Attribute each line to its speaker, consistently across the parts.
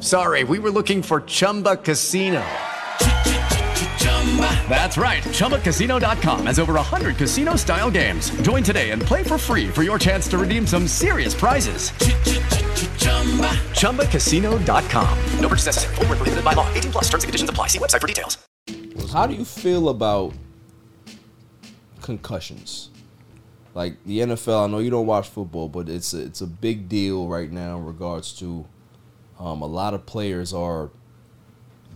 Speaker 1: Sorry, we were looking for Chumba Casino. That's right. ChumbaCasino.com has over 100 casino style games. Join today and play for free for your chance to redeem some serious prizes. ChumbaCasino.com. No purchase necessary. Void where prohibited by law. 18 plus terms and conditions apply. See website for details.
Speaker 2: How do you feel about concussions? Like the NFL, I know you don't watch football, but it's a, it's a big deal right now in regards to um, a lot of players are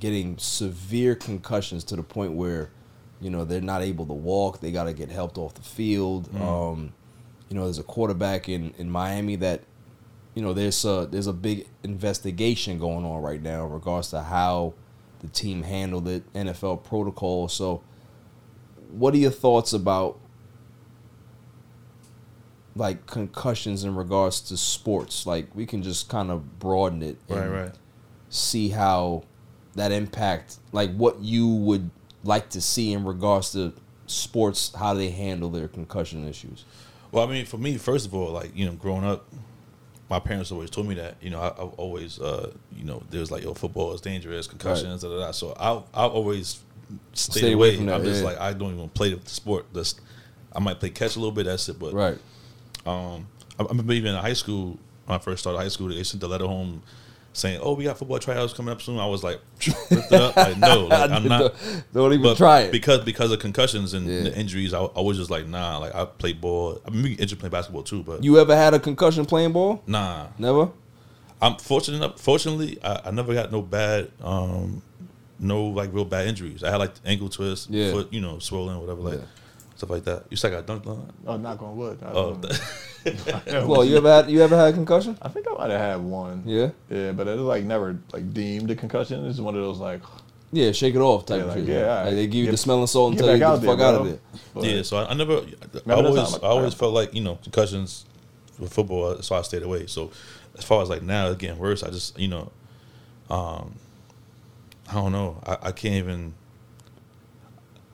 Speaker 2: getting severe concussions to the point where you know they're not able to walk. They got to get helped off the field. Um, you know, there's a quarterback in, in Miami that you know there's a there's a big investigation going on right now in regards to how the team handled it, NFL protocol. So, what are your thoughts about like concussions in regards to sports? Like we can just kind of broaden it, and See how that impact, like what you would like to see in regards to sports, how they handle their concussion issues.
Speaker 3: Well, I mean, for me, first of all, like you know, growing up, my parents always told me that you know I, I've always uh, you know there's like yo football is dangerous, concussions, da, da, da. so I I always stayed
Speaker 2: Stay away
Speaker 3: away.
Speaker 2: from that,
Speaker 3: I'm just
Speaker 2: yeah.
Speaker 3: like I don't even play the sport. That's I might play catch a little bit. That's it. But
Speaker 2: Right.
Speaker 3: I, I remember even in high school when I first started high school, they sent the letter home saying, "Oh, we got football tryouts coming up soon." I was like, ripped it up, like no, like, I'm not.
Speaker 2: Don't even
Speaker 3: But
Speaker 2: try it.
Speaker 3: because because of concussions and
Speaker 2: Yeah.
Speaker 3: the injuries, I, I was just like, nah. Like I played ball. I mean, we injured playing basketball too, but
Speaker 2: you ever had a concussion playing ball?
Speaker 3: nah.
Speaker 2: Never.
Speaker 3: I'm fortunate. enough- Fortunately, I, I never got no bad, um, no like real bad injuries. I had like ankle twist,
Speaker 2: Yeah.
Speaker 3: foot, you know, swollen, whatever, like
Speaker 2: Yeah.
Speaker 3: stuff like that. You said I got dunked on.
Speaker 4: Oh, knock on wood. I,
Speaker 3: Oh,
Speaker 2: Well, you ever had you ever had a concussion?
Speaker 4: I think I might have had one.
Speaker 2: Yeah?
Speaker 4: Yeah, but it was like never like deemed a concussion. It's one of those like
Speaker 2: Yeah, shake it off type
Speaker 4: Yeah,
Speaker 2: of
Speaker 4: like,
Speaker 2: shit.
Speaker 4: yeah, all right.
Speaker 2: Like, they give you the
Speaker 4: Get-
Speaker 2: smelling salt and
Speaker 4: get
Speaker 2: tell you
Speaker 4: back
Speaker 2: get
Speaker 4: out
Speaker 2: the
Speaker 4: there,
Speaker 2: fuck out of
Speaker 4: bro.
Speaker 2: there.
Speaker 4: but-
Speaker 3: yeah. So I, I never. I
Speaker 4: time,
Speaker 3: always,
Speaker 4: like,
Speaker 3: I always
Speaker 4: I-
Speaker 3: felt like you know concussions with football, uh, so I stayed away. So as far as like now, it's getting worse. I just you know, um, I don't know. I, I can't even.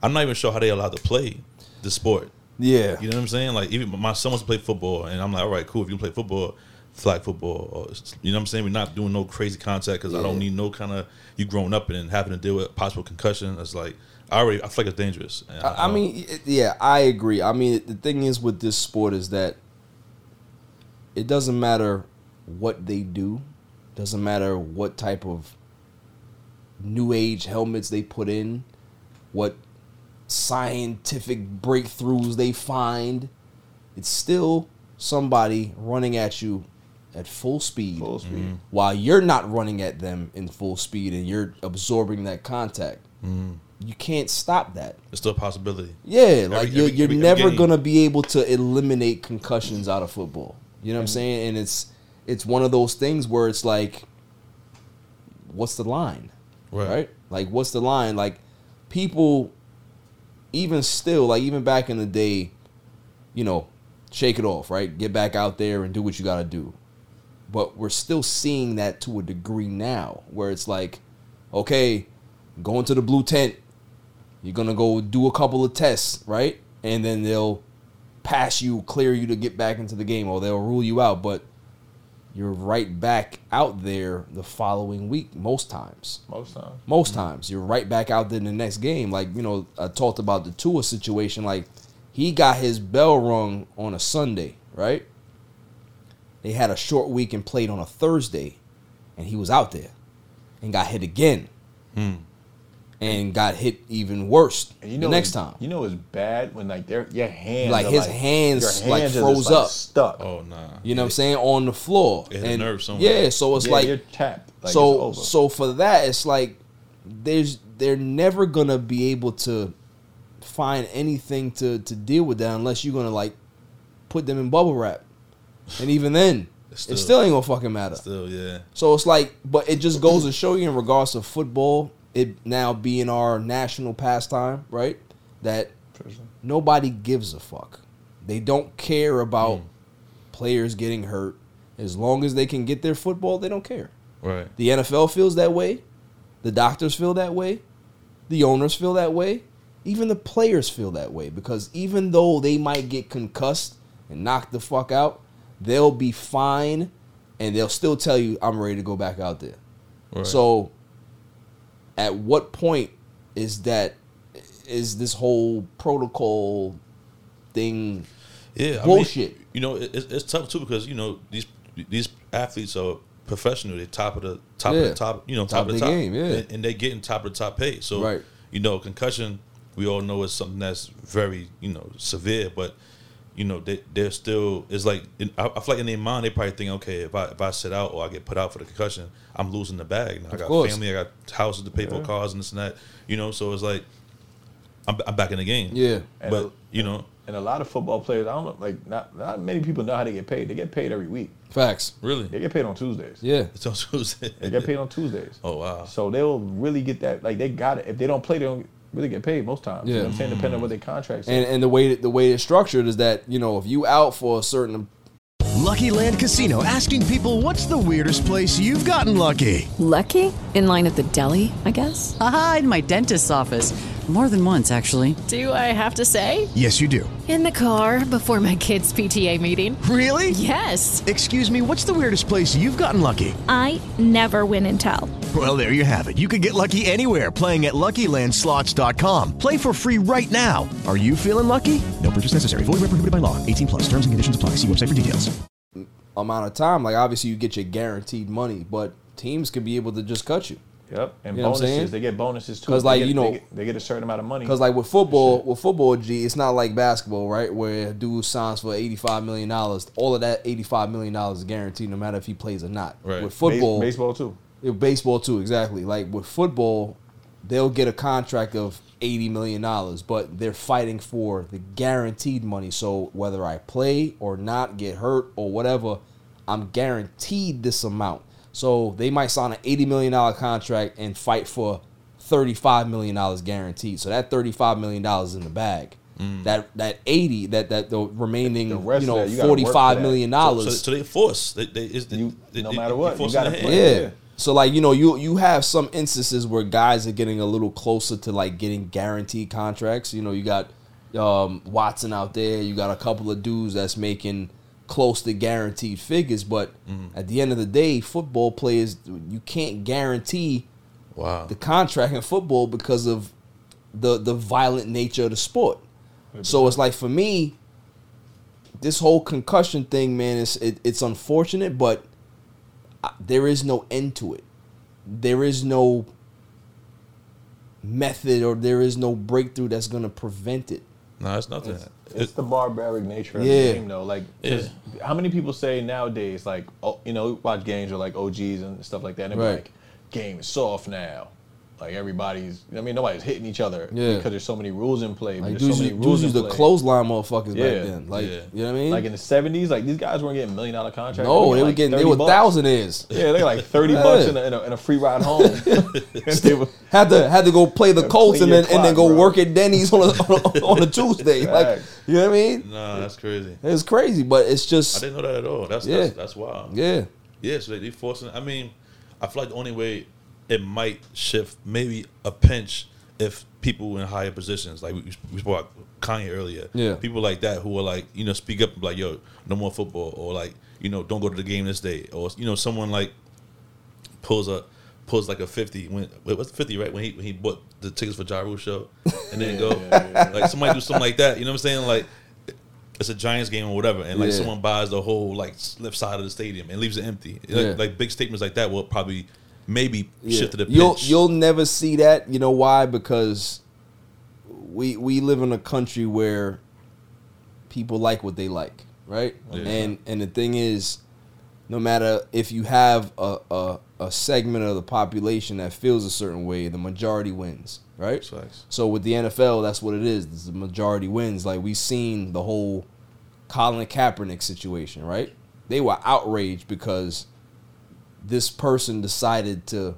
Speaker 3: I'm not even sure how they allowed to play the sport.
Speaker 2: Yeah.
Speaker 3: You know what I'm saying? Like even my son wants to play football, and I'm like, all right, cool. If you play football, flag football, or you know what I'm saying? We're not doing no crazy contact because I don't need no kind of you growing up and then having to deal with possible concussion. It's like I already I feel like it's dangerous. And uh,
Speaker 2: I,
Speaker 4: uh,
Speaker 2: I
Speaker 3: don't-
Speaker 2: mean, y- yeah, I agree. I mean, the thing is with this sport is that it doesn't matter what they do, doesn't matter what type of new age helmets they put in, what scientific breakthroughs they find. It's still somebody running at you at full speed, Mhm.
Speaker 4: full speed.
Speaker 2: while you're not running at them in full speed and you're absorbing that contact.
Speaker 4: Mm-hmm.
Speaker 2: You can't stop that.
Speaker 3: it's still a possibility.
Speaker 2: Yeah, like
Speaker 3: every-
Speaker 2: you're,
Speaker 3: every-
Speaker 2: you're
Speaker 3: every
Speaker 2: never
Speaker 3: game.
Speaker 2: gonna be able to eliminate concussions out of football. You know what I'm saying? And it's it's one of those things where it's like, what's the line?
Speaker 3: Right.
Speaker 2: Like what's the line? Like people, even still, like even back in the day, you know, shake it off, right? Get back out there and do what you gotta do. But we're still seeing that to a degree now, where it's like, okay, go into the blue tent. You're gonna go do a couple of tests, right? And then they'll pass you, clear you to get back into the game, or they'll rule you out. But you're right back out there the following week most times.
Speaker 4: Most times.
Speaker 2: Most times you're right back out there in the next game. Like you know, I talked about the Tua situation. Like he got his bell rung on a Sunday, right? They had a short week and played on a Thursday, and he was out there and got hit again,
Speaker 3: Hmm.
Speaker 2: and got hit even worse
Speaker 4: And you know
Speaker 2: the next
Speaker 4: it's-
Speaker 2: time.
Speaker 4: You know it's bad when like their your hands
Speaker 2: Like,
Speaker 4: are,
Speaker 2: his hands,
Speaker 4: your
Speaker 2: like,
Speaker 4: hands are
Speaker 2: froze
Speaker 4: just, like,
Speaker 2: up.
Speaker 4: stuck.
Speaker 3: Oh nah.
Speaker 2: You know what I'm saying? On the floor.
Speaker 3: It hit a nerve somewhere.
Speaker 2: Yeah, so it's
Speaker 4: yeah,
Speaker 2: like
Speaker 4: you're tapped. Like,
Speaker 2: so
Speaker 4: it's over.
Speaker 2: so for that it's like there's they're never gonna be able to find anything to to deal with that unless you're gonna like put them in bubble wrap, and even then,
Speaker 3: It's
Speaker 2: it
Speaker 3: still-
Speaker 2: still ain't gonna fucking matter.
Speaker 3: Still, yeah.
Speaker 2: So it's like, but it just goes to show you in regards to football, it now being our national pastime, right? That nobody gives a fuck. They don't care
Speaker 3: Mm.
Speaker 2: about players getting hurt. As long as they can get their football, they don't care.
Speaker 3: Right.
Speaker 2: The NFL feels that way. The doctors feel that way. The owners feel that way. Even the players feel that way because even though they might get concussed and knocked the fuck out, they'll be fine and they'll still tell you, I'm ready to go back out there.
Speaker 3: right.
Speaker 2: So, at what point is that, is this whole protocol thing?
Speaker 3: yeah, I mean,
Speaker 2: bullshit.
Speaker 3: you know, it, it's, it's tough too because you know these these athletes are professional. They're top of the top of
Speaker 2: Yeah.
Speaker 3: the top. You know,
Speaker 2: Top
Speaker 3: top,
Speaker 2: of the
Speaker 3: of the top,
Speaker 2: game, yeah.
Speaker 3: and, and they're getting top of the top pay. So
Speaker 2: Right.
Speaker 3: you know, concussion. We all know is something that's very you know severe, but you know they they're still. It's like in, I, I feel like in their mind they probably think, okay, if I if I sit out or I get put out for the concussion, I'm losing the bag. Now, I got
Speaker 2: course.
Speaker 3: family, I got houses to pay for, cars and this and that. You know, so it's like I'm, I'm back in the game.
Speaker 2: Yeah.
Speaker 3: but you know,
Speaker 4: And a lot of football players, I don't know, like not not many people know how they get paid. They get paid every week.
Speaker 2: Facts.
Speaker 3: really,
Speaker 4: They get paid on Tuesdays.
Speaker 2: Yeah.
Speaker 3: It's on Tuesday.
Speaker 4: They get paid on Tuesdays.
Speaker 3: Oh wow.
Speaker 4: So they'll really get that. Like they got it. If they don't play, they don't really get paid most times. You know
Speaker 2: Yeah. Mm-hmm.
Speaker 4: what I'm saying? Depending on what their contracts.
Speaker 2: And,
Speaker 4: are.
Speaker 2: and the way that the way it's structured is that you know if you out for a certain
Speaker 5: Lucky Land Casino asking people what's the weirdest place you've gotten lucky?
Speaker 6: Lucky? In line at the deli, I guess?
Speaker 7: Aha, in my dentist's office. More than once, actually.
Speaker 6: Do I have to say?
Speaker 5: Yes, you do.
Speaker 6: In the car before my kids' PTA meeting.
Speaker 5: Really?
Speaker 6: Yes.
Speaker 5: Excuse me, what's the weirdest place you've gotten lucky?
Speaker 8: I never win and tell.
Speaker 5: Well, there you have it. You can get lucky anywhere playing at LuckyLandSlots.com. Play for free right now. Are you feeling lucky? No purchase necessary. Void where prohibited by law. 18 plus. Terms and conditions apply. See website for details.
Speaker 2: amount of time. Like obviously you get your guaranteed money, but teams could be able to just cut you.
Speaker 4: yep. And
Speaker 2: You know what I'm saying?
Speaker 4: bonuses. They get bonuses too.
Speaker 2: 'Cause,
Speaker 4: They
Speaker 2: like,
Speaker 4: get-
Speaker 2: you know-
Speaker 4: they get, they get a certain amount of money.
Speaker 2: Because like with football, with football, G, it's not like basketball, right? Where a dude signs for eighty five million dollars, all of that eighty five million dollars is guaranteed, no matter if he plays or not.
Speaker 3: Right.
Speaker 2: With
Speaker 4: Base-
Speaker 2: football,
Speaker 4: baseball too.
Speaker 2: Yeah, baseball too, exactly. Like with football, they'll get a contract of eighty million dollars, but they're fighting for the guaranteed money. So whether I play or not, get hurt or whatever, I'm guaranteed this amount. So they might sign an eighty million dollar contract and fight for thirty-five million dollars guaranteed. So that thirty-five million dollars in the bag. That that eighty that that the remaining
Speaker 4: Mm. The rest
Speaker 2: you
Speaker 4: of
Speaker 2: know
Speaker 4: that, you gotta work for
Speaker 2: forty-five
Speaker 4: that.
Speaker 2: million
Speaker 3: So,
Speaker 2: dollars.
Speaker 3: so, so they force. They, they, is
Speaker 4: You-
Speaker 3: they,
Speaker 4: no
Speaker 3: they-
Speaker 4: matter
Speaker 3: they
Speaker 4: what, you
Speaker 3: forcing
Speaker 4: gotta
Speaker 3: their
Speaker 4: play.
Speaker 3: hand.
Speaker 2: Yeah.
Speaker 4: Yeah.
Speaker 2: So like you know you you have some instances where guys are getting a little closer to like getting guaranteed contracts. You know you got um, Watson out there. You got a couple of dudes that's making close to guaranteed figures. But at the end of the day, football players you can't guarantee
Speaker 3: Wow.
Speaker 2: the contract in football because of the the violent nature of the sport. So it's like for me, this whole concussion thing, man, is it, it's unfortunate, but I, there is no end to it. There is no method or there is no breakthrough that's gonna prevent it.
Speaker 3: no, it's nothing.
Speaker 4: It's
Speaker 3: It-
Speaker 4: the barbaric nature of
Speaker 2: Yeah.
Speaker 4: the game, though. Like, 'cause how many people say nowadays, like, oh, you know, watch games or like OGs and stuff like that, and they be
Speaker 2: Right.
Speaker 4: like, game is soft now. Like everybody's, I mean, nobody's hitting each other
Speaker 2: Yeah.
Speaker 4: because there's so many rules in play.
Speaker 2: Like
Speaker 4: there's
Speaker 2: dudes,
Speaker 4: so many
Speaker 2: used-
Speaker 4: rules
Speaker 2: dudes used
Speaker 4: in
Speaker 2: to
Speaker 4: play.
Speaker 2: clothesline motherfuckers
Speaker 4: Yeah.
Speaker 2: back then. Like
Speaker 3: Yeah.
Speaker 2: you know what I mean?
Speaker 4: Like in the '70s, like these guys weren't getting million dollar contracts.
Speaker 2: no, they were
Speaker 4: like
Speaker 2: getting they
Speaker 4: 30
Speaker 2: were
Speaker 4: bucks.
Speaker 2: thousandaires.
Speaker 4: Yeah, they were like thirty
Speaker 2: Yeah.
Speaker 4: bucks in a, in, a, in a free ride home. And they were-
Speaker 2: Had to had to go play the Colts
Speaker 4: clean
Speaker 2: and
Speaker 4: your
Speaker 2: then and then
Speaker 4: clock,
Speaker 2: go
Speaker 4: bro.
Speaker 2: work at Denny's on a, on a, on a Tuesday. Like
Speaker 4: Facts.
Speaker 2: you know what I mean?
Speaker 3: nah, that's crazy.
Speaker 2: It's crazy, but it's
Speaker 3: I
Speaker 2: just
Speaker 3: didn't know that at all. That's
Speaker 2: Yeah.
Speaker 3: that's, that's wild.
Speaker 2: yeah.
Speaker 3: Yeah. So they, they forcing. I mean, I feel like the only way it might shift, maybe a pinch, if people in higher positions, like we, we spoke about Kanye earlier.
Speaker 2: Yeah.
Speaker 3: People like that who are like, you know, speak up and be like, yo, no more football, or like, you know, don't go to the game this day, or you know, someone like pulls a pulls like a fifty when wait, what's fifty right when he when he bought the tickets for Ja Rule show and then go like somebody do something like that you know what I'm saying like it's a Giants game or whatever and like
Speaker 2: Yeah.
Speaker 3: someone buys the whole like left side of the stadium and leaves it empty like,
Speaker 2: Yeah.
Speaker 3: like big statements like that will probably maybe
Speaker 2: Yeah.
Speaker 3: shift to the pitch
Speaker 2: You'll you'll never see that. You know why? Because we we live in a country where people like what they like, right?
Speaker 3: Yeah.
Speaker 2: And and the thing is, no matter if you have a, a, a segment of the population that feels a certain way, the majority wins, right? So with the NFL, that's what it is. The majority wins. Like we've seen the whole Colin Kaepernick situation, right? They were outraged because this person decided to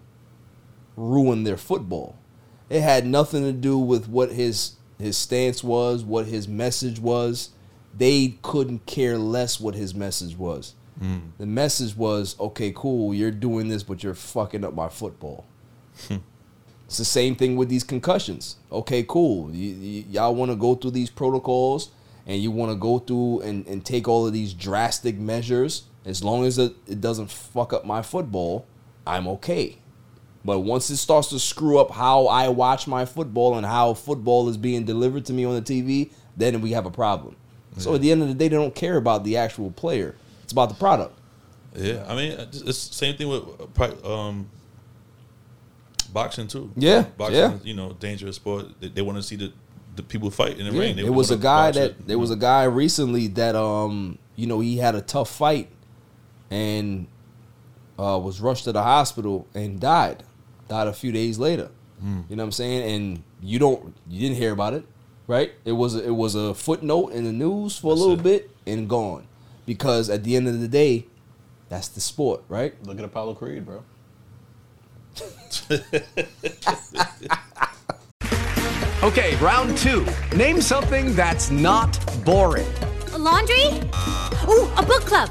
Speaker 2: ruin their football. It had nothing to do with what his his stance was, what his message was. They couldn't care less what his message was.
Speaker 3: Mm.
Speaker 2: The message was, okay, cool, you're doing this, but you're fucking up my football. it's the same thing with these concussions. Okay, cool. You, you, y'all want to go through these protocols and you want to go through and, and take all of these drastic measures. As long as it, it doesn't fuck up my football, I'm okay. But once it starts to screw up how I watch my football and how football is being delivered to me on the TV, then we have a problem. So at the end of the day, they don't care about the actual player. It's about the product.
Speaker 3: Yeah, I mean, it's it's same thing with uh, pri- um, boxing too.
Speaker 2: Yeah,
Speaker 3: boxing.
Speaker 2: yeah.
Speaker 3: Is, you know, dangerous sport. They, they want to see the, the people fight in the
Speaker 2: Yeah,
Speaker 3: ring. They
Speaker 2: It was a
Speaker 3: wanna
Speaker 2: guy
Speaker 3: watch
Speaker 2: that
Speaker 3: it.
Speaker 2: there was a guy recently that um you know he had a tough fight and uh, was rushed to the hospital and died. Died a few days later.
Speaker 3: Mm.
Speaker 2: You know what I'm saying? And you don't you didn't hear about it, right? It was it was a footnote in the news for a little bit and gone because at the end of the day, that's the sport, right?
Speaker 4: Look at Apollo Creed, bro.
Speaker 1: Okay, round two. Name something that's not boring.
Speaker 9: A laundry? Ooh, a book club.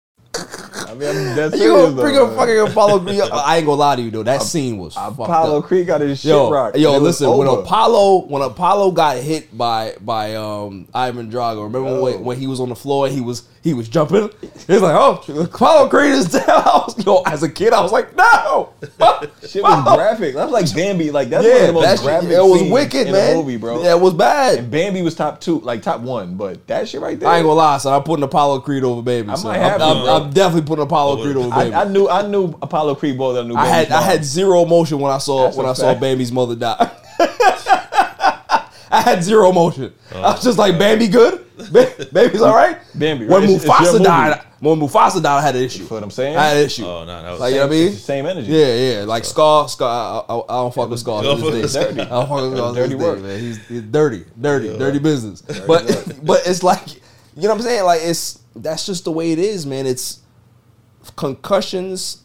Speaker 4: I mean, I'm dead
Speaker 2: You
Speaker 4: serious,
Speaker 2: gonna bring
Speaker 4: though.
Speaker 2: up fucking Apollo Creed? I ain't gonna lie to you though. That scene was
Speaker 4: Apollo Creed got his shit
Speaker 2: yo,
Speaker 4: rocked.
Speaker 2: Yo,
Speaker 4: It was
Speaker 2: listen, when
Speaker 4: over.
Speaker 2: Apollo when Apollo got hit by by um Ivan Drago, remember
Speaker 4: Oh.
Speaker 2: when, when he was on the floor and he was he was jumping? He was like, Oh, Apollo Creed is down. I was- yo, as a kid, I was like, No.
Speaker 4: Shit was graphic. That's like Bambi. Like that's
Speaker 2: Yeah,
Speaker 4: one of the most
Speaker 2: that shit-
Speaker 4: graphic.
Speaker 2: it was
Speaker 4: scenes
Speaker 2: wicked,
Speaker 4: in
Speaker 2: man.
Speaker 4: The movie, bro.
Speaker 2: Yeah, it was bad.
Speaker 4: And Bambi was top two, like top one. But that shit right there.
Speaker 2: I ain't gonna lie, son. I'm putting Apollo Creed over baby.
Speaker 4: I
Speaker 2: son.
Speaker 4: might
Speaker 2: I'm,
Speaker 4: have to,
Speaker 2: I'm,
Speaker 4: bro.
Speaker 2: I'm definitely putting Apollo Creed over baby.
Speaker 4: I, I knew, I knew Apollo Creed more than I knew.
Speaker 2: I had
Speaker 4: Bambi's
Speaker 2: I
Speaker 4: mom.
Speaker 2: had zero emotion when I saw
Speaker 4: That's
Speaker 2: when
Speaker 4: a
Speaker 2: I saw
Speaker 4: fact.
Speaker 2: Bambi's mother die. I had zero emotion. I was just like, Bambi good? Ba- Bambi's all right?
Speaker 4: Uh, Bambi,
Speaker 2: When
Speaker 4: right? It's- it's your
Speaker 2: Mufasa
Speaker 4: movie.
Speaker 2: died, when Mufasa died, I had an issue.
Speaker 4: what I'm saying?
Speaker 2: I had an issue.
Speaker 3: Oh no, that was
Speaker 2: Like, you know what I mean?
Speaker 4: It's the same energy.
Speaker 2: Yeah, yeah. Like Scar, Scar, I, I, I don't fuck with Scar.
Speaker 3: Don't
Speaker 2: to
Speaker 3: fuck
Speaker 2: this
Speaker 3: with
Speaker 2: day.
Speaker 3: Scar.
Speaker 2: I don't fuck with Scar. to
Speaker 4: Dirty
Speaker 2: this day,
Speaker 4: work.
Speaker 2: man. He's, he's dirty, dirty, dirty business. but but it's like you know what I'm saying. Like it's that's just the way it is, man. It's concussions,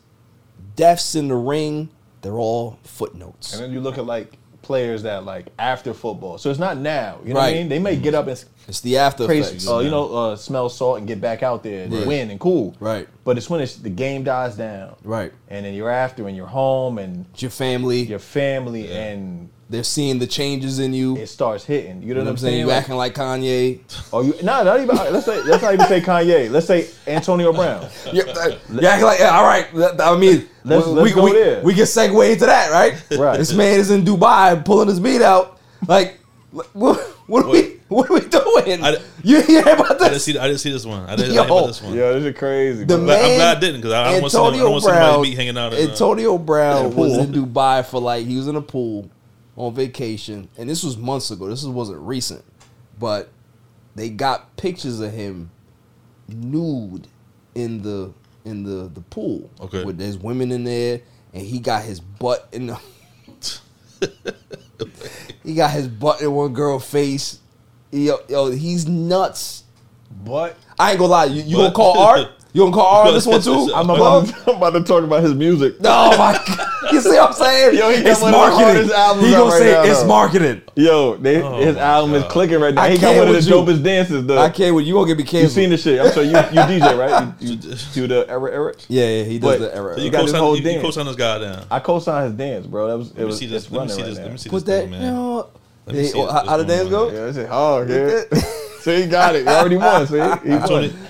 Speaker 2: deaths in the ring. They're all footnotes.
Speaker 4: And then you look at like players that like after football. So it's not now. You know what I
Speaker 2: Right.
Speaker 4: mean? They may get up and s-
Speaker 2: It's the after effects.
Speaker 4: crazy, uh, you know, uh, smell salt and get back out there and
Speaker 2: Right.
Speaker 4: win and cool.
Speaker 2: Right.
Speaker 4: But it's when it's, the game dies down,
Speaker 2: right.
Speaker 4: and then you're after and you're home and
Speaker 2: It's your family.
Speaker 4: your family, and
Speaker 2: They're seeing the changes in you.
Speaker 4: it starts hitting. You
Speaker 2: you
Speaker 4: know,
Speaker 2: know
Speaker 4: what I'm saying?
Speaker 2: You
Speaker 4: Like,
Speaker 2: acting like Kanye.
Speaker 4: Oh, you no, not even. Let's say let's not even say Kanye. Let's say Antonio Brown.
Speaker 2: You're, you're acting like, yeah, all right. that- I mean,
Speaker 4: Let's-
Speaker 2: we, we,
Speaker 4: let's go
Speaker 2: we,
Speaker 4: there.
Speaker 2: we can segue into that, right?
Speaker 4: Right.
Speaker 2: This man is in Dubai pulling his meat out. Like, what, what are we? What are we doing?
Speaker 3: I-
Speaker 2: you hear about
Speaker 3: I didn't
Speaker 2: this?
Speaker 3: see. I didn't see this one. I didn't, I
Speaker 2: Yo.
Speaker 3: didn't hear this one.
Speaker 4: Yo, this is crazy.
Speaker 2: The
Speaker 4: bro.
Speaker 3: But I'm
Speaker 2: man-
Speaker 3: glad I didn't because I, I don't want somebody, I don't want somebody to be hanging out. In, uh,
Speaker 2: Antonio Brown
Speaker 3: in a
Speaker 2: was
Speaker 3: pool.
Speaker 2: in Dubai for like he was in a pool on vacation, and this was months ago. This wasn't recent, but they got pictures of him nude in the in the the pool.
Speaker 3: Okay.
Speaker 2: with there's women in there, and he got his butt in the. he got his butt in one girl face. Yo, yo, he's nuts.
Speaker 4: But
Speaker 2: I ain't gonna lie. You, you gonna
Speaker 3: But-
Speaker 2: call Art? You gonna call Art on this one too?
Speaker 4: I'm about, to, I'm about to talk about his music.
Speaker 2: Oh my god. You see what I'm saying?
Speaker 4: Yo, he got
Speaker 2: it's
Speaker 4: one of the
Speaker 2: marketed.
Speaker 4: hardest albums
Speaker 2: He
Speaker 4: out
Speaker 2: gonna
Speaker 4: right
Speaker 2: say
Speaker 4: now,
Speaker 2: it's
Speaker 4: though.
Speaker 2: marketed.
Speaker 4: Yo, they,
Speaker 3: Oh
Speaker 4: his
Speaker 3: my
Speaker 4: album is
Speaker 3: God.
Speaker 4: clicking right now.
Speaker 2: I
Speaker 4: he got
Speaker 2: can't
Speaker 4: one of the
Speaker 2: with you.
Speaker 4: dopest dances though.
Speaker 2: I can't with you gonna get me
Speaker 4: You
Speaker 2: canceled.
Speaker 4: seen this shit? I'm sure you you DJ right? You, you do the error error.
Speaker 2: Yeah, yeah, he does
Speaker 4: But-
Speaker 2: the error.
Speaker 3: So you
Speaker 4: We got
Speaker 3: co
Speaker 4: this whole
Speaker 3: sign you, you
Speaker 4: dance.
Speaker 3: co-sign this guy down.
Speaker 4: I co-signed his dance, bro. That was it
Speaker 3: Let me
Speaker 4: was
Speaker 3: see
Speaker 4: it's
Speaker 3: this. Let me
Speaker 4: running
Speaker 3: see
Speaker 4: right
Speaker 3: this.
Speaker 4: now.
Speaker 3: Let me see this
Speaker 2: Put that
Speaker 3: thing,
Speaker 2: you
Speaker 3: man.
Speaker 2: know,
Speaker 3: Let me
Speaker 2: hey, oh,
Speaker 3: see
Speaker 2: how,
Speaker 3: what's
Speaker 2: how the
Speaker 3: going
Speaker 2: dance
Speaker 3: on
Speaker 2: go?
Speaker 3: here.
Speaker 4: Yeah, this shit hard. Yeah. so he got it. He already won. See, he, he won.
Speaker 3: Antonio,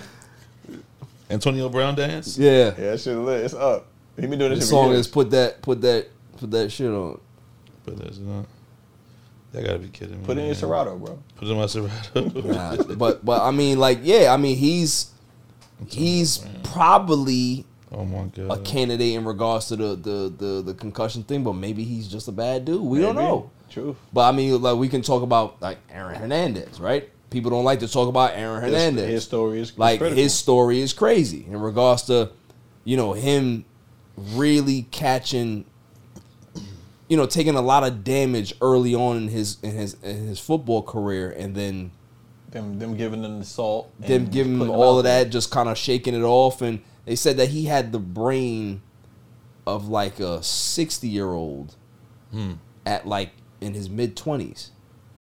Speaker 3: Antonio Brown dance.
Speaker 2: Yeah.
Speaker 4: Yeah, that shit lit. It's up. He been doing
Speaker 2: The
Speaker 4: this shit for
Speaker 2: song
Speaker 4: years.
Speaker 2: is put that put that put that shit on.
Speaker 3: But there's not. That gotta be kidding me.
Speaker 4: Put it in your
Speaker 3: man.
Speaker 4: Serato, bro.
Speaker 3: Put it in my Serato.
Speaker 2: Nah, but but I mean, like, yeah, I mean, he's he's probably
Speaker 3: oh my god
Speaker 2: a candidate in regards to the the the, the concussion thing, but maybe he's just a bad dude. We don't
Speaker 4: Maybe.
Speaker 2: know.
Speaker 4: True.
Speaker 2: But I mean, like, we can talk about like Aaron Hernandez, right? People don't like to talk about Aaron
Speaker 4: His-
Speaker 2: Hernandez.
Speaker 4: his story is
Speaker 2: like
Speaker 4: critical.
Speaker 2: his story is crazy in regards to you know him really catching you know taking a lot of damage early on in his in his in his football career and then
Speaker 4: Them, them giving them the salt.
Speaker 2: them
Speaker 4: and
Speaker 2: giving him
Speaker 4: putting
Speaker 2: all
Speaker 4: out
Speaker 2: of
Speaker 4: there.
Speaker 2: that, just kind of shaking it off. And they said that he had the brain of like a 60 year old
Speaker 4: Hmm.
Speaker 2: at like in his mid 20s.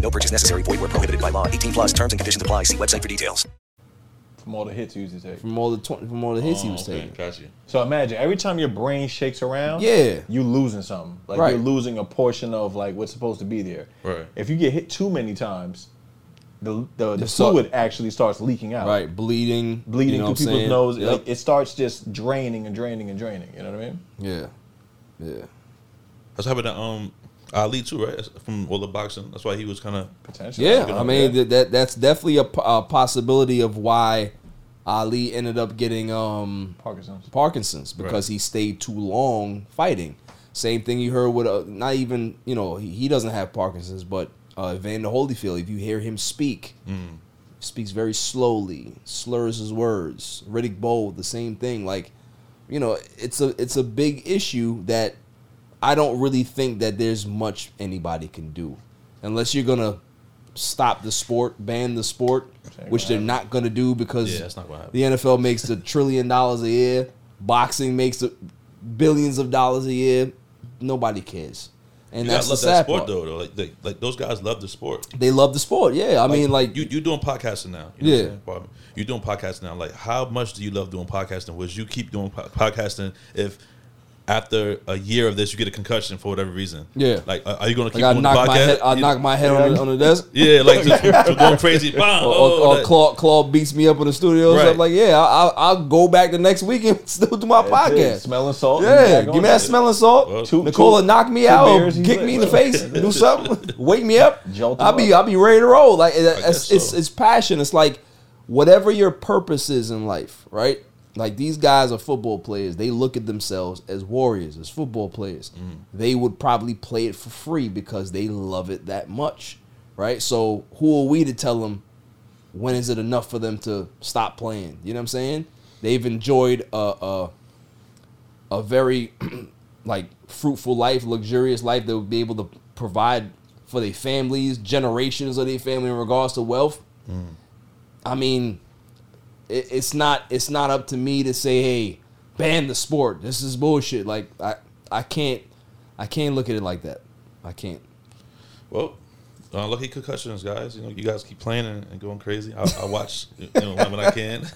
Speaker 10: No purchase necessary. Void where prohibited by law. 18 plus terms and conditions apply. See website for details.
Speaker 4: From all the hits he used to take.
Speaker 2: From all the tw- from all the hits he
Speaker 3: Oh,
Speaker 2: was taking.
Speaker 4: So imagine every time your brain shakes around,
Speaker 2: Yeah.
Speaker 4: you losing something. Like
Speaker 2: Right.
Speaker 4: you're losing a portion of like what's supposed to be there.
Speaker 3: Right.
Speaker 4: If you get hit too many times, the the, the
Speaker 2: It start-
Speaker 4: fluid actually starts leaking out.
Speaker 2: Right, bleeding,
Speaker 4: Bleeding
Speaker 2: you know what I'm
Speaker 4: through people's
Speaker 2: saying?
Speaker 4: nose,
Speaker 2: Yep.
Speaker 4: like it starts just draining and draining and draining. You know what I mean?
Speaker 2: yeah, yeah.
Speaker 3: That's happened to um Ali too, right? That's From all the boxing. That's why he was kind of
Speaker 4: Potentially.
Speaker 2: Yeah, I mean th- that that's definitely a, p- a possibility of why Ali ended up getting um
Speaker 4: Parkinson's.
Speaker 2: Parkinson's because he stayed too long fighting. Same thing you heard with uh, not even you know he, he doesn't have Parkinson's, but uh, Evander Holyfield. If you hear him speak, speaks very slowly, slurs his words. Riddick Bowe, the same thing. Like, you know, it's a it's a big issue that I don't really think that there's much anybody can do, unless you're gonna stop the sport, ban the sport, which they're not gonna do because
Speaker 3: Yeah, that's not gonna happen.
Speaker 2: the NFL makes the trillion dollars a year, boxing makes the billions of dollars a year. Nobody cares, and
Speaker 3: you
Speaker 2: that's
Speaker 3: that's
Speaker 2: the
Speaker 3: love
Speaker 2: sad
Speaker 3: that sport
Speaker 2: part.
Speaker 3: though, though. Like, they, like those guys love the sport.
Speaker 2: They love the sport. Yeah, I mean, like
Speaker 3: you you doing podcasting now. You
Speaker 2: Yeah.
Speaker 3: know what I'm saying? Pardon me. you doing podcasting now. Like, how much do you love doing podcasting? Would you keep doing po- podcasting if after a year of this you get a concussion for whatever reason?
Speaker 2: Yeah.
Speaker 3: Like, are are you going to keep
Speaker 2: Like I
Speaker 3: doing
Speaker 2: knock
Speaker 3: the podcast?
Speaker 2: my head, I
Speaker 3: You-
Speaker 2: knock my head on, the, on the desk.
Speaker 3: Yeah, like just, just going crazy. Bam,
Speaker 2: Or, or,
Speaker 3: oh,
Speaker 2: or
Speaker 3: that-
Speaker 2: Claude, Claude beats me up in the studio. So I'm
Speaker 3: Right.
Speaker 2: like, yeah, I, I, I'll go back the next week and still do my
Speaker 4: That's it.
Speaker 2: podcast.
Speaker 4: Smelling salt. and
Speaker 2: Yeah,
Speaker 4: back
Speaker 2: give
Speaker 4: on
Speaker 2: me that
Speaker 4: it.
Speaker 2: smelling salt.
Speaker 4: Two-
Speaker 2: Nicola,
Speaker 4: two-
Speaker 2: knock me
Speaker 4: two
Speaker 2: out,
Speaker 4: beers, he's
Speaker 2: kick
Speaker 4: like,
Speaker 2: me in the
Speaker 4: bro.
Speaker 2: face, do something, wake me up.
Speaker 4: Jolt him
Speaker 2: I'll be,
Speaker 4: up.
Speaker 2: I'll be ready to roll. Like it- it's,
Speaker 3: guess
Speaker 2: it's,
Speaker 3: so.
Speaker 2: it's passion. It's like whatever your purpose is in life, right? Like these guys are football players. They look at themselves as warriors, as football players.
Speaker 3: Mm.
Speaker 2: They would probably play it for free because they love it that much, right? So who are we to tell them when is it enough for them to stop playing? You know what I'm saying? They've enjoyed a a, a very like fruitful life, luxurious life. They'll be able to provide for their families, generations of their family in regards to wealth. I mean, it, it's not it's not up to me to say, hey, ban the sport. This is bullshit. Like I I can't I can't look at it like that. I can't.
Speaker 3: Well, uh, lucky concussions, guys. You know, you guys keep playing and, and going crazy. I, I watch you know, when I can.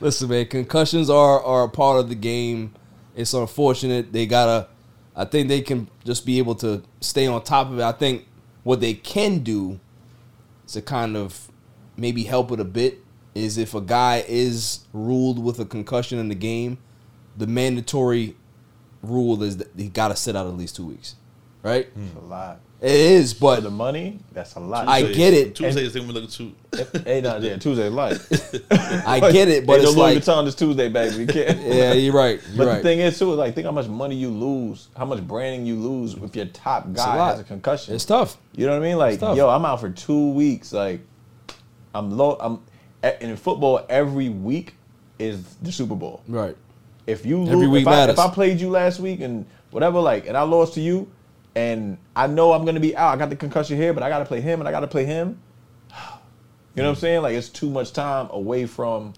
Speaker 2: Listen, man, concussions are are a part of the game. It's unfortunate. They gotta. I think they can just be able to stay on top of it. I think what they can do is to kind of maybe help it a bit is if a guy is ruled with a concussion in the game, the mandatory rule is that he gotta sit out at least two weeks, right?
Speaker 4: That's a lot.
Speaker 2: It is,
Speaker 4: Hmm. For the
Speaker 2: but
Speaker 4: money, that's a lot.
Speaker 2: I get it.
Speaker 3: Tuesday is when we look at two.
Speaker 4: Hey, nah, yeah, Tuesday light.
Speaker 2: I get it, but
Speaker 4: Ain't no
Speaker 2: it's
Speaker 4: Louis
Speaker 2: like,
Speaker 4: Vuitton this Tuesday, baby. You can't.
Speaker 2: yeah, you're right. You're
Speaker 4: But
Speaker 2: right.
Speaker 4: the thing is, too, is like think how much money you lose, how much branding you lose if your top
Speaker 2: a
Speaker 4: guy
Speaker 2: lot.
Speaker 4: has a concussion.
Speaker 2: it's tough.
Speaker 4: you know what I mean? Like,
Speaker 2: tough.
Speaker 4: yo, I'm out for two weeks. Like, I'm low. I'm and in football. Every week is the Super Bowl.
Speaker 2: Right.
Speaker 4: If you lose,
Speaker 2: Every week
Speaker 4: if, I, if
Speaker 2: matters.
Speaker 4: I played you last week and whatever, like, and I lost to you, and I know I'm gonna be out. I got the concussion here, but I gotta play him, and I gotta play him. You know what I'm saying? Like, it's too much time away from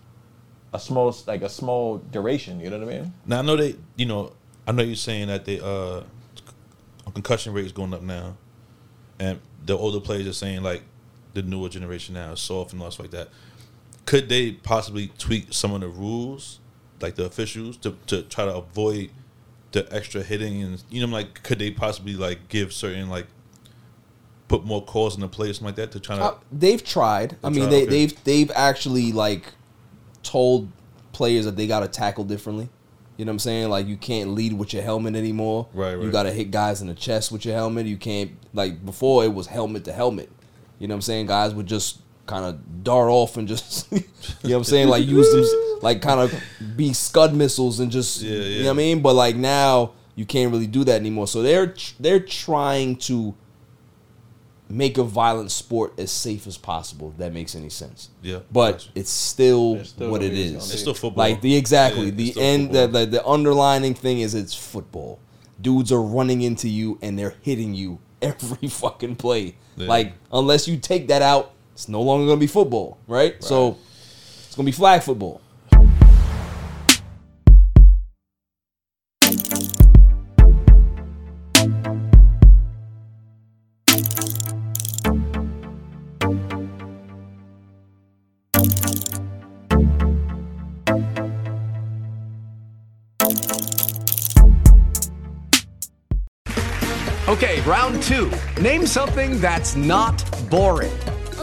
Speaker 4: a small, like a small duration. You know what I mean?
Speaker 3: Now I know they, you know, I know you're saying that they uh concussion rate is going up now, and the older players are saying like the newer generation now is soft and all stuff like that. Could they possibly tweak some of the rules, like the officials, to, to try to avoid the extra hitting and you know like could they possibly like give certain like put more calls in the play or something like that to try to
Speaker 2: Uh, they've tried. I
Speaker 3: They've
Speaker 2: mean,
Speaker 3: tried,
Speaker 2: they,
Speaker 3: okay.
Speaker 2: they've they've actually like told players that they got to tackle differently. You know what I'm saying? Like you can't lead with your helmet anymore. Right, You
Speaker 3: right.
Speaker 2: got to hit guys in the chest with your helmet. You can't like before it was helmet to helmet. You know what I'm saying? Guys would just kind of dart off and just you know what I'm saying? Like use them like kind of be scud missiles and just you know what I mean? But like now you can't really do that anymore. So they're tr- they're trying to make a violent sport as safe as possible. If that makes any sense.
Speaker 3: Yeah,
Speaker 2: but it's still,
Speaker 3: still
Speaker 2: what
Speaker 3: the
Speaker 2: it
Speaker 3: way it's
Speaker 2: is.
Speaker 3: gonna be. It's still football.
Speaker 2: Like the exactly
Speaker 3: Yeah, it's
Speaker 2: the
Speaker 3: still
Speaker 2: end the,
Speaker 3: football.
Speaker 2: the the underlining thing is it's football. Dudes are running into you and they're hitting you every fucking play.
Speaker 3: Yeah.
Speaker 2: Like unless you take that out, it's no longer gonna be football, right? So it's gonna be flag football.
Speaker 11: Okay, round two. Name something that's not boring.
Speaker 9: A